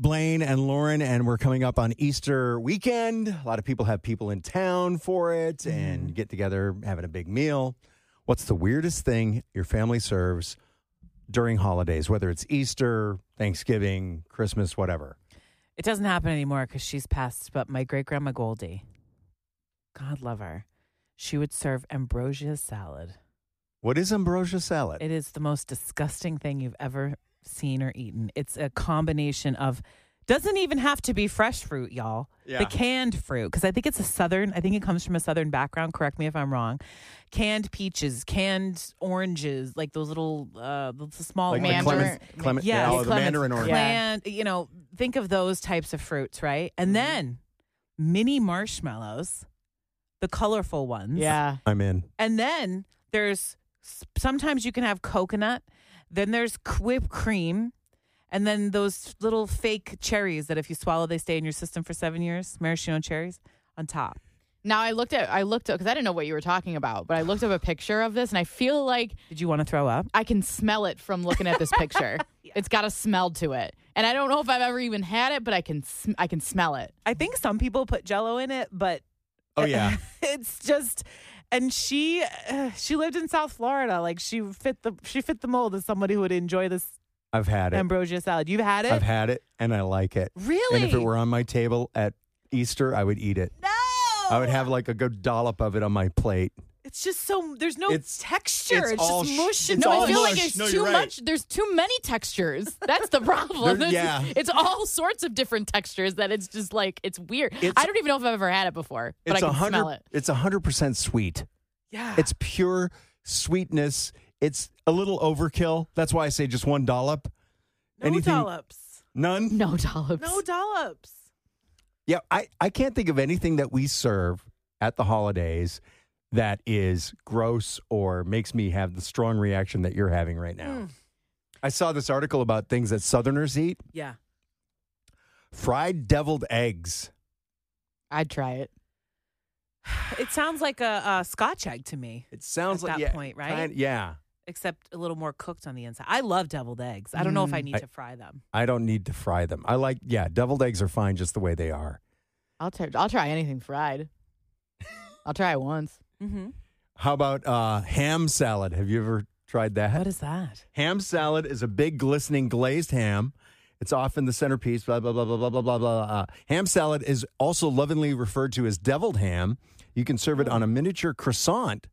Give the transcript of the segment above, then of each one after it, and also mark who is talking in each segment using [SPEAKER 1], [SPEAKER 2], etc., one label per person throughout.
[SPEAKER 1] Blaine and Lauren, and we're coming up on Easter weekend. A lot of people have people in town for it and get together having a big meal. What's the weirdest thing your family serves during holidays, whether it's Easter, Thanksgiving, Christmas, whatever?
[SPEAKER 2] It doesn't happen anymore because she's passed, but my great grandma Goldie, God love her, she would serve ambrosia salad.
[SPEAKER 1] What is ambrosia salad?
[SPEAKER 2] It is the most disgusting thing you've ever seen or eaten. It's a combination of doesn't even have to be fresh fruit, y'all.
[SPEAKER 1] Yeah.
[SPEAKER 2] The canned fruit, because I think it's a southern. I think it comes from a southern background. Correct me if I'm wrong. Canned peaches, canned oranges, like those little, uh, the small
[SPEAKER 1] like
[SPEAKER 2] oranges.
[SPEAKER 1] the clement,
[SPEAKER 3] Mandarin-
[SPEAKER 1] clement,
[SPEAKER 2] Yes.
[SPEAKER 1] oh, the
[SPEAKER 3] Clements.
[SPEAKER 1] mandarin orange.
[SPEAKER 3] Yeah. Mm-hmm.
[SPEAKER 2] Clan, you know, think of those types of fruits, right? And then mini marshmallows, the colorful ones.
[SPEAKER 3] Yeah.
[SPEAKER 1] I'm in.
[SPEAKER 2] And then there's sometimes you can have coconut, then there's whipped cream, and then those little fake cherries that if you swallow, they stay in your system for seven years, maraschino cherries on top.
[SPEAKER 3] Now I looked at I looked up because I didn't know what you were talking about, but I looked up a picture of this and I feel like
[SPEAKER 2] Did you want to throw up?
[SPEAKER 3] I can smell it from looking at this picture. It's got a smell to it, and I don't know if I've ever even had it, but I can sm- I can smell it.
[SPEAKER 2] I think some people put jello in it, but
[SPEAKER 1] Oh, yeah.
[SPEAKER 2] it's just and she uh, she lived in South Florida. Like she fit the she fit the mold as somebody who would enjoy this
[SPEAKER 1] I've had it.
[SPEAKER 2] ambrosia salad. You've had it?
[SPEAKER 1] I've had it, and I like it.
[SPEAKER 2] really?
[SPEAKER 1] And if it were on my table at Easter, I would eat it.
[SPEAKER 2] no.
[SPEAKER 1] I would have like a good dollop of it on my plate.
[SPEAKER 2] It's just so there's no
[SPEAKER 1] It's-
[SPEAKER 2] texture.
[SPEAKER 1] it's
[SPEAKER 2] It's,
[SPEAKER 1] all
[SPEAKER 2] just
[SPEAKER 1] sh-
[SPEAKER 2] mush.
[SPEAKER 1] it's
[SPEAKER 2] and
[SPEAKER 3] no,
[SPEAKER 1] all
[SPEAKER 3] I feel
[SPEAKER 1] mush.
[SPEAKER 3] like it's
[SPEAKER 1] No,
[SPEAKER 3] too
[SPEAKER 1] you're right.
[SPEAKER 3] much. There's too many textures. That's the
[SPEAKER 1] There-
[SPEAKER 3] problem. There's-
[SPEAKER 1] yeah.
[SPEAKER 3] it's all sorts of different textures that it's just like it's weird.
[SPEAKER 1] It's-
[SPEAKER 3] I don't even know if I've ever had it before, but I
[SPEAKER 1] it's
[SPEAKER 3] can
[SPEAKER 1] hundred.
[SPEAKER 3] smell it. Ah.
[SPEAKER 1] It's hundred percent sweet.
[SPEAKER 2] yeah.
[SPEAKER 1] It's pure sweetness. It's a little overkill. That's why I say just one dollop.
[SPEAKER 2] no
[SPEAKER 1] anything-
[SPEAKER 2] dollops.
[SPEAKER 1] None.
[SPEAKER 3] No dollops.
[SPEAKER 2] No dollops.
[SPEAKER 1] Yeah, I, I can't think of anything that we serve at the holidays that is gross or makes me have the strong reaction that you're having right now.
[SPEAKER 3] Hmm.
[SPEAKER 1] I saw this article about things that Southerners eat:
[SPEAKER 2] Yeah.
[SPEAKER 1] fried deviled eggs.
[SPEAKER 3] I'd try it.
[SPEAKER 2] It sounds like a, uh Scotch egg to me,
[SPEAKER 1] It sounds
[SPEAKER 2] At
[SPEAKER 1] like
[SPEAKER 2] that
[SPEAKER 1] yeah,
[SPEAKER 2] point, right?
[SPEAKER 1] kind- yeah.
[SPEAKER 2] except a little more cooked on the inside. I love deviled eggs. I don't know if I
[SPEAKER 3] Mm.
[SPEAKER 2] need
[SPEAKER 1] I-
[SPEAKER 2] to fry them.
[SPEAKER 1] I don't need to fry them. I like yeah, deviled eggs are fine just the way they are.
[SPEAKER 3] I'll try. I'll try anything fried. I'll try it once.
[SPEAKER 2] Mm-hmm.
[SPEAKER 1] How about uh, ham salad? Have you ever tried that?
[SPEAKER 2] What is that?
[SPEAKER 1] Ham salad is a big glistening glazed ham. It's often the centerpiece. Blah blah blah blah blah blah blah blah. Uh, ham salad is also lovingly referred to as deviled ham. You can serve it on a miniature croissant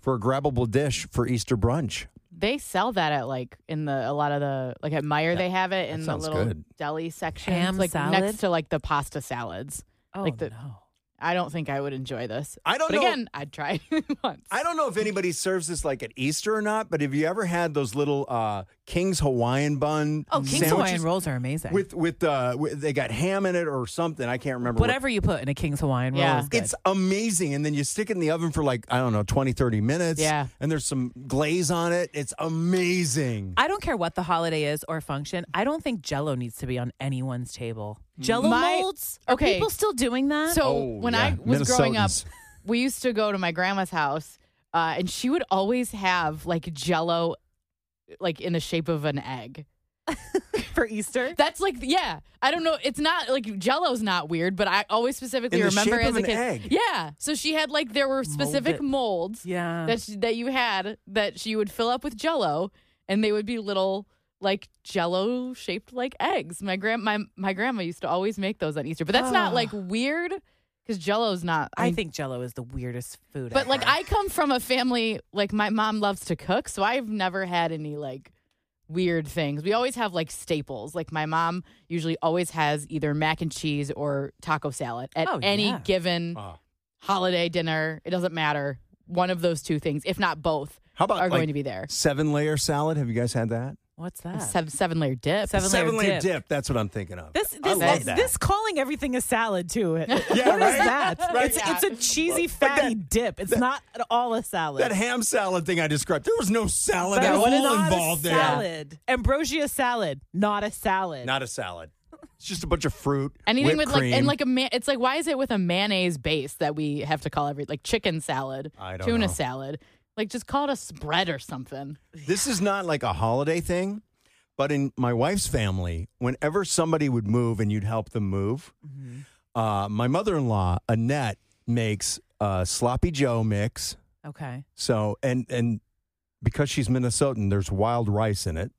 [SPEAKER 1] for a grabbable dish for Easter brunch.
[SPEAKER 3] They sell that at like in the a lot of the like at Meyer they have it in the
[SPEAKER 1] sounds
[SPEAKER 3] little
[SPEAKER 1] good.
[SPEAKER 3] deli section,
[SPEAKER 2] Ham
[SPEAKER 3] like
[SPEAKER 2] salad?
[SPEAKER 3] next to like the pasta salads.
[SPEAKER 2] Oh
[SPEAKER 3] Like the-
[SPEAKER 2] no.
[SPEAKER 3] I don't think I would enjoy this.
[SPEAKER 1] I don't
[SPEAKER 3] But
[SPEAKER 1] know.
[SPEAKER 3] again, I'd try it once.
[SPEAKER 1] Oh, I don't know if anybody serves this like at Easter or not, but have you ever had those little uh, King's Hawaiian bun?
[SPEAKER 2] Oh, King's
[SPEAKER 1] sandwiches?
[SPEAKER 2] Hawaiian rolls are amazing.
[SPEAKER 1] with with uh with, they got ham in it or something. I can't remember. what-
[SPEAKER 2] Whatever you put in a King's Hawaiian roll
[SPEAKER 3] Yeah.
[SPEAKER 2] is good.
[SPEAKER 1] It's amazing. And then you stick it in the oven for like, I don't know, 20, 30 minutes.
[SPEAKER 3] Yeah.
[SPEAKER 1] And there's some glaze on it. It's amazing.
[SPEAKER 2] I don't care what the holiday is or function. I don't think Jello needs to be on anyone's table. Jello
[SPEAKER 3] My-
[SPEAKER 2] molds? Are
[SPEAKER 3] okay.
[SPEAKER 2] people still doing that?
[SPEAKER 3] So
[SPEAKER 1] Oh,
[SPEAKER 3] when
[SPEAKER 1] yeah.
[SPEAKER 3] I was growing up,
[SPEAKER 1] Minnesotans.
[SPEAKER 3] we used to go to my grandma's house, uh, and she would always have like Jello, like in the shape of an egg.
[SPEAKER 2] for Easter,
[SPEAKER 3] That's like yeah. I don't know. It's not like Jello's not weird, but I always specifically
[SPEAKER 1] In the
[SPEAKER 3] remember
[SPEAKER 1] shape of
[SPEAKER 3] as a
[SPEAKER 1] an
[SPEAKER 3] kid.
[SPEAKER 1] egg.
[SPEAKER 3] Yeah. So she had like there were specific
[SPEAKER 2] Mold it.
[SPEAKER 3] molds
[SPEAKER 2] yeah,
[SPEAKER 3] that she, that you had that she would fill up with Jello, and they would be little like Jello shaped like eggs. My grand my my grandma used to always make those on Easter, but that's not
[SPEAKER 2] Ah.
[SPEAKER 3] like weird because Jello's not.
[SPEAKER 2] I
[SPEAKER 3] mean,
[SPEAKER 2] think Jello is the weirdest food.
[SPEAKER 3] But like
[SPEAKER 2] ever.
[SPEAKER 3] I come from a family like my mom loves to cook, so I've never had any like weird things. We always have like staples. Like my mom usually always has either mac and cheese or taco salad at
[SPEAKER 2] Oh,
[SPEAKER 3] any
[SPEAKER 2] yeah.
[SPEAKER 3] given
[SPEAKER 1] Ah.
[SPEAKER 3] holiday dinner. It doesn't matter. One of those two things, if not both,
[SPEAKER 1] How about
[SPEAKER 3] are
[SPEAKER 1] like,
[SPEAKER 3] going to be there.
[SPEAKER 1] seven layer salad? Have you guys had that?
[SPEAKER 2] what's
[SPEAKER 3] A
[SPEAKER 2] that?
[SPEAKER 3] seven, seven layer dip.
[SPEAKER 2] Seven-
[SPEAKER 1] layer
[SPEAKER 2] layer
[SPEAKER 1] dip.
[SPEAKER 2] dip.
[SPEAKER 1] That's what I'm thinking of.
[SPEAKER 2] This
[SPEAKER 1] I
[SPEAKER 2] this,
[SPEAKER 1] love
[SPEAKER 2] this,
[SPEAKER 1] that.
[SPEAKER 2] this calling everything a salad to it.
[SPEAKER 1] Yeah,
[SPEAKER 2] What is
[SPEAKER 1] right?
[SPEAKER 2] that?
[SPEAKER 1] Right.
[SPEAKER 2] It's
[SPEAKER 3] Yeah.
[SPEAKER 2] it's a cheesy fatty dip. It's not at all a salad.
[SPEAKER 1] that ham salad thing I described. There was no salad at
[SPEAKER 2] That is
[SPEAKER 1] all
[SPEAKER 2] not
[SPEAKER 1] involved
[SPEAKER 2] a
[SPEAKER 1] there.
[SPEAKER 2] salad. Ambrosia salad, not a salad.
[SPEAKER 1] Not a salad. It's just a bunch of fruit.
[SPEAKER 3] Anything
[SPEAKER 1] whipped
[SPEAKER 3] with like
[SPEAKER 1] cream.
[SPEAKER 3] and like a man, it's like why is it with a mayonnaise base that we have to call every like chicken salad,
[SPEAKER 1] I don't know.
[SPEAKER 3] tuna salad, like just call it a spread or something.
[SPEAKER 1] This is not like a holiday thing, But in my wife's family, whenever somebody would move and you'd help them move,
[SPEAKER 3] Mm-hmm.
[SPEAKER 1] uh, my mother in law, Annette, makes a sloppy Joe mix.
[SPEAKER 2] Okay.
[SPEAKER 1] So, and, and because she's Minnesotan, there's wild rice in it.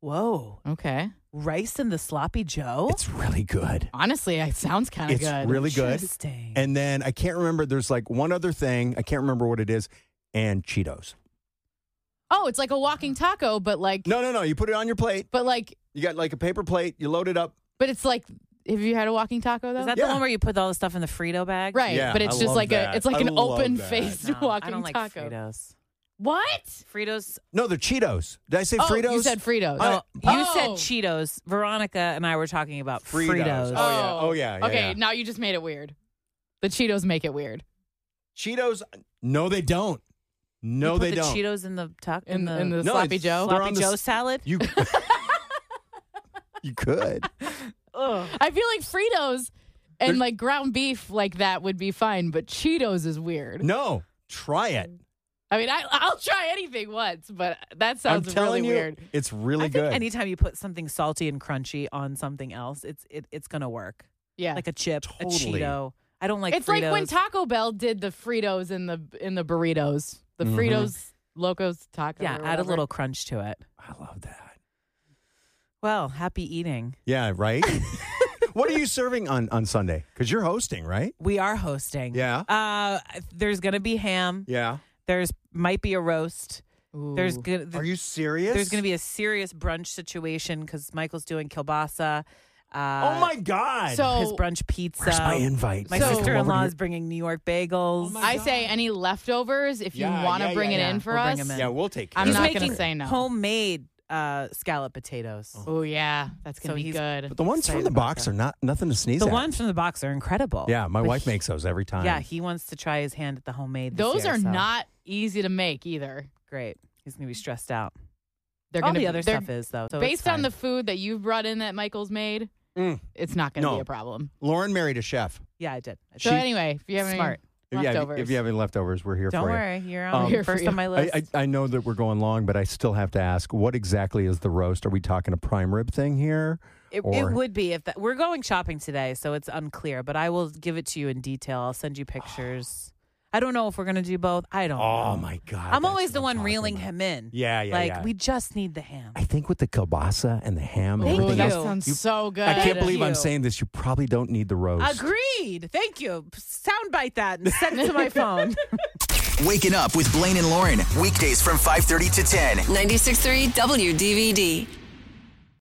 [SPEAKER 2] Whoa.
[SPEAKER 3] Okay.
[SPEAKER 2] Rice and the sloppy
[SPEAKER 3] Oh.
[SPEAKER 2] Joe.
[SPEAKER 1] It's really good.
[SPEAKER 3] Honestly, it sounds kind of
[SPEAKER 1] It's
[SPEAKER 3] good.
[SPEAKER 1] really good.
[SPEAKER 2] Interesting.
[SPEAKER 1] And then I can't remember, there's like one other thing. I can't remember what it is. And Cheetos.
[SPEAKER 3] oh, it's like a walking taco, but like,
[SPEAKER 1] No, no, no. You put it on your plate.
[SPEAKER 3] but like,
[SPEAKER 1] You got like a paper plate. You load it up.
[SPEAKER 3] but it's like, have you had a walking taco though?
[SPEAKER 2] Is that
[SPEAKER 1] Yeah.
[SPEAKER 2] the one where you put all the stuff in the Frito bag?
[SPEAKER 3] right?
[SPEAKER 1] Yeah,
[SPEAKER 3] but
[SPEAKER 1] I
[SPEAKER 3] it's just
[SPEAKER 1] love
[SPEAKER 3] like
[SPEAKER 1] that.
[SPEAKER 3] a, it's like
[SPEAKER 1] I
[SPEAKER 3] an
[SPEAKER 1] love
[SPEAKER 3] open
[SPEAKER 1] that.
[SPEAKER 3] faced
[SPEAKER 2] No,
[SPEAKER 3] walking
[SPEAKER 2] I don't like
[SPEAKER 3] taco.
[SPEAKER 2] Fritos.
[SPEAKER 3] What?
[SPEAKER 2] Fritos.
[SPEAKER 1] No, they're Cheetos. Did I say
[SPEAKER 3] Oh,
[SPEAKER 1] Fritos?
[SPEAKER 3] you said Fritos.
[SPEAKER 1] I-
[SPEAKER 2] Oh, you said
[SPEAKER 3] Oh.
[SPEAKER 2] Cheetos. Veronica and I were talking about
[SPEAKER 1] Fritos.
[SPEAKER 2] Fritos.
[SPEAKER 1] Oh, yeah. Oh, yeah, yeah,
[SPEAKER 3] okay,
[SPEAKER 1] yeah.
[SPEAKER 3] now you just made it weird. The Cheetos make it weird
[SPEAKER 1] Cheetos. No, they don't.
[SPEAKER 2] You
[SPEAKER 1] No,
[SPEAKER 2] put
[SPEAKER 1] they
[SPEAKER 2] the
[SPEAKER 1] don't.
[SPEAKER 2] Cheetos in the tuck
[SPEAKER 3] in,
[SPEAKER 2] the,
[SPEAKER 3] in the
[SPEAKER 1] No,
[SPEAKER 3] sloppy
[SPEAKER 1] it's-
[SPEAKER 3] Joe.
[SPEAKER 1] they're on
[SPEAKER 2] sloppy
[SPEAKER 1] the
[SPEAKER 2] Joe
[SPEAKER 1] s-
[SPEAKER 2] salad.
[SPEAKER 1] You, you could.
[SPEAKER 2] Ugh.
[SPEAKER 3] I feel like Fritos and
[SPEAKER 1] They're-
[SPEAKER 3] like ground beef like that would be fine, but Cheetos is weird.
[SPEAKER 1] No, try it.
[SPEAKER 3] I mean, I, I'll try anything once, but that
[SPEAKER 1] I'm
[SPEAKER 3] sounds really
[SPEAKER 1] telling you,
[SPEAKER 3] weird.
[SPEAKER 1] it's really
[SPEAKER 2] I think
[SPEAKER 1] good.
[SPEAKER 2] anytime you put something salty and crunchy on something else, it's it, it's gonna work.
[SPEAKER 3] Yeah,
[SPEAKER 2] Like a chip,
[SPEAKER 1] Totally.
[SPEAKER 2] a Cheeto. I don't like
[SPEAKER 3] it's like when
[SPEAKER 2] Fritos.
[SPEAKER 3] Taco Bell did the Fritos in the in the burritos, the
[SPEAKER 1] Mhm.
[SPEAKER 3] Fritos Locos Taco.
[SPEAKER 2] yeah,
[SPEAKER 3] or
[SPEAKER 2] add a
[SPEAKER 3] whatever.
[SPEAKER 2] little crunch to it.
[SPEAKER 1] I love that.
[SPEAKER 2] Well, happy eating.
[SPEAKER 1] Yeah, right? what are you serving on, on Sunday? Because you're hosting, right?
[SPEAKER 2] We are hosting.
[SPEAKER 1] Yeah.
[SPEAKER 2] Uh, there's gonna be ham.
[SPEAKER 1] Yeah.
[SPEAKER 2] There's might be a roast. There's
[SPEAKER 1] Oh
[SPEAKER 3] Ooh.
[SPEAKER 2] gonna
[SPEAKER 1] Are you serious?
[SPEAKER 2] there's gonna be a serious brunch situation because Michael's doing kielbasa. Uh,
[SPEAKER 1] Oh, my God.
[SPEAKER 3] so
[SPEAKER 2] his brunch pizza.
[SPEAKER 1] Where's my invite?
[SPEAKER 2] uh, My
[SPEAKER 3] So- Oh
[SPEAKER 2] sister-in-law is bringing New York bagels.
[SPEAKER 1] my
[SPEAKER 3] I say any leftovers if
[SPEAKER 1] Yeah,
[SPEAKER 3] you want to
[SPEAKER 1] yeah,
[SPEAKER 3] bring
[SPEAKER 1] yeah,
[SPEAKER 3] it
[SPEAKER 2] yeah.
[SPEAKER 3] in for
[SPEAKER 2] We'll bring
[SPEAKER 3] us.
[SPEAKER 2] 'em in.
[SPEAKER 1] Yeah, we'll take care
[SPEAKER 3] I'm
[SPEAKER 1] of
[SPEAKER 2] He's
[SPEAKER 1] it.
[SPEAKER 3] not gonna
[SPEAKER 2] making
[SPEAKER 3] say no.
[SPEAKER 2] homemade uh, scallop potatoes.
[SPEAKER 3] Oh yeah, that's gonna
[SPEAKER 2] So
[SPEAKER 3] be
[SPEAKER 2] he's-
[SPEAKER 3] good.
[SPEAKER 1] But the ones from
[SPEAKER 2] excited
[SPEAKER 1] the
[SPEAKER 2] about
[SPEAKER 1] box
[SPEAKER 2] that.
[SPEAKER 1] are not nothing to sneeze
[SPEAKER 2] The
[SPEAKER 1] at.
[SPEAKER 2] ones from the box are incredible.
[SPEAKER 1] yeah, my
[SPEAKER 3] But
[SPEAKER 1] wife
[SPEAKER 3] he-
[SPEAKER 1] makes those every time.
[SPEAKER 2] Yeah, he wants to try his hand at the homemade. this
[SPEAKER 3] Those
[SPEAKER 2] year,
[SPEAKER 3] are
[SPEAKER 2] so
[SPEAKER 3] not easy to make either.
[SPEAKER 2] great. He's gonna be stressed out.
[SPEAKER 3] They're
[SPEAKER 2] All
[SPEAKER 3] gonna
[SPEAKER 2] the
[SPEAKER 3] be,
[SPEAKER 2] other
[SPEAKER 3] they're-
[SPEAKER 2] stuff is though. so it's
[SPEAKER 3] based on the
[SPEAKER 2] fine.
[SPEAKER 3] food that you've brought in that Michael's made.
[SPEAKER 1] Mm.
[SPEAKER 3] It's not going to
[SPEAKER 1] No.
[SPEAKER 3] be a problem.
[SPEAKER 1] Lauren married a chef.
[SPEAKER 2] yeah, I did. I
[SPEAKER 3] So
[SPEAKER 2] did.
[SPEAKER 3] anyway, if you have
[SPEAKER 2] Smart.
[SPEAKER 1] If
[SPEAKER 3] any
[SPEAKER 1] you, have,
[SPEAKER 3] leftovers,
[SPEAKER 1] if you have any leftovers, we're here
[SPEAKER 2] Don't
[SPEAKER 1] for you.
[SPEAKER 2] worry, you're
[SPEAKER 1] Um,
[SPEAKER 2] on
[SPEAKER 3] Here for
[SPEAKER 2] first
[SPEAKER 3] you.
[SPEAKER 2] on my
[SPEAKER 1] I,
[SPEAKER 2] list.
[SPEAKER 1] I, I know that we're going long, but I still have to ask: What exactly is the roast? Are we talking a prime rib thing here?
[SPEAKER 2] it, it
[SPEAKER 1] or-
[SPEAKER 2] would be if that, we're going shopping today, so it's unclear. But I will give it to you in detail. I'll send you pictures. I don't know if we're gonna do both. I don't.
[SPEAKER 1] Oh
[SPEAKER 2] know.
[SPEAKER 1] my god!
[SPEAKER 2] I'm
[SPEAKER 1] that's
[SPEAKER 2] always
[SPEAKER 1] what
[SPEAKER 2] the one
[SPEAKER 1] talking
[SPEAKER 2] reeling
[SPEAKER 1] about.
[SPEAKER 2] him in.
[SPEAKER 1] Yeah, yeah,
[SPEAKER 2] like
[SPEAKER 1] yeah.
[SPEAKER 2] we just need the ham.
[SPEAKER 1] I think with the kielbasa and the ham and
[SPEAKER 2] Thank
[SPEAKER 3] Ooh,
[SPEAKER 1] everything
[SPEAKER 3] that
[SPEAKER 2] you.
[SPEAKER 1] else,
[SPEAKER 3] sounds
[SPEAKER 1] You-
[SPEAKER 3] so good.
[SPEAKER 1] I can't
[SPEAKER 2] Thank
[SPEAKER 1] believe I'm
[SPEAKER 2] you.
[SPEAKER 1] saying this. You probably don't need the roast.
[SPEAKER 2] Agreed. Thank you. Soundbite that and send it to my phone.
[SPEAKER 4] Waking up with Blaine and Lauren. Weekdays from 5.30 to 10.
[SPEAKER 5] 963 WDVD.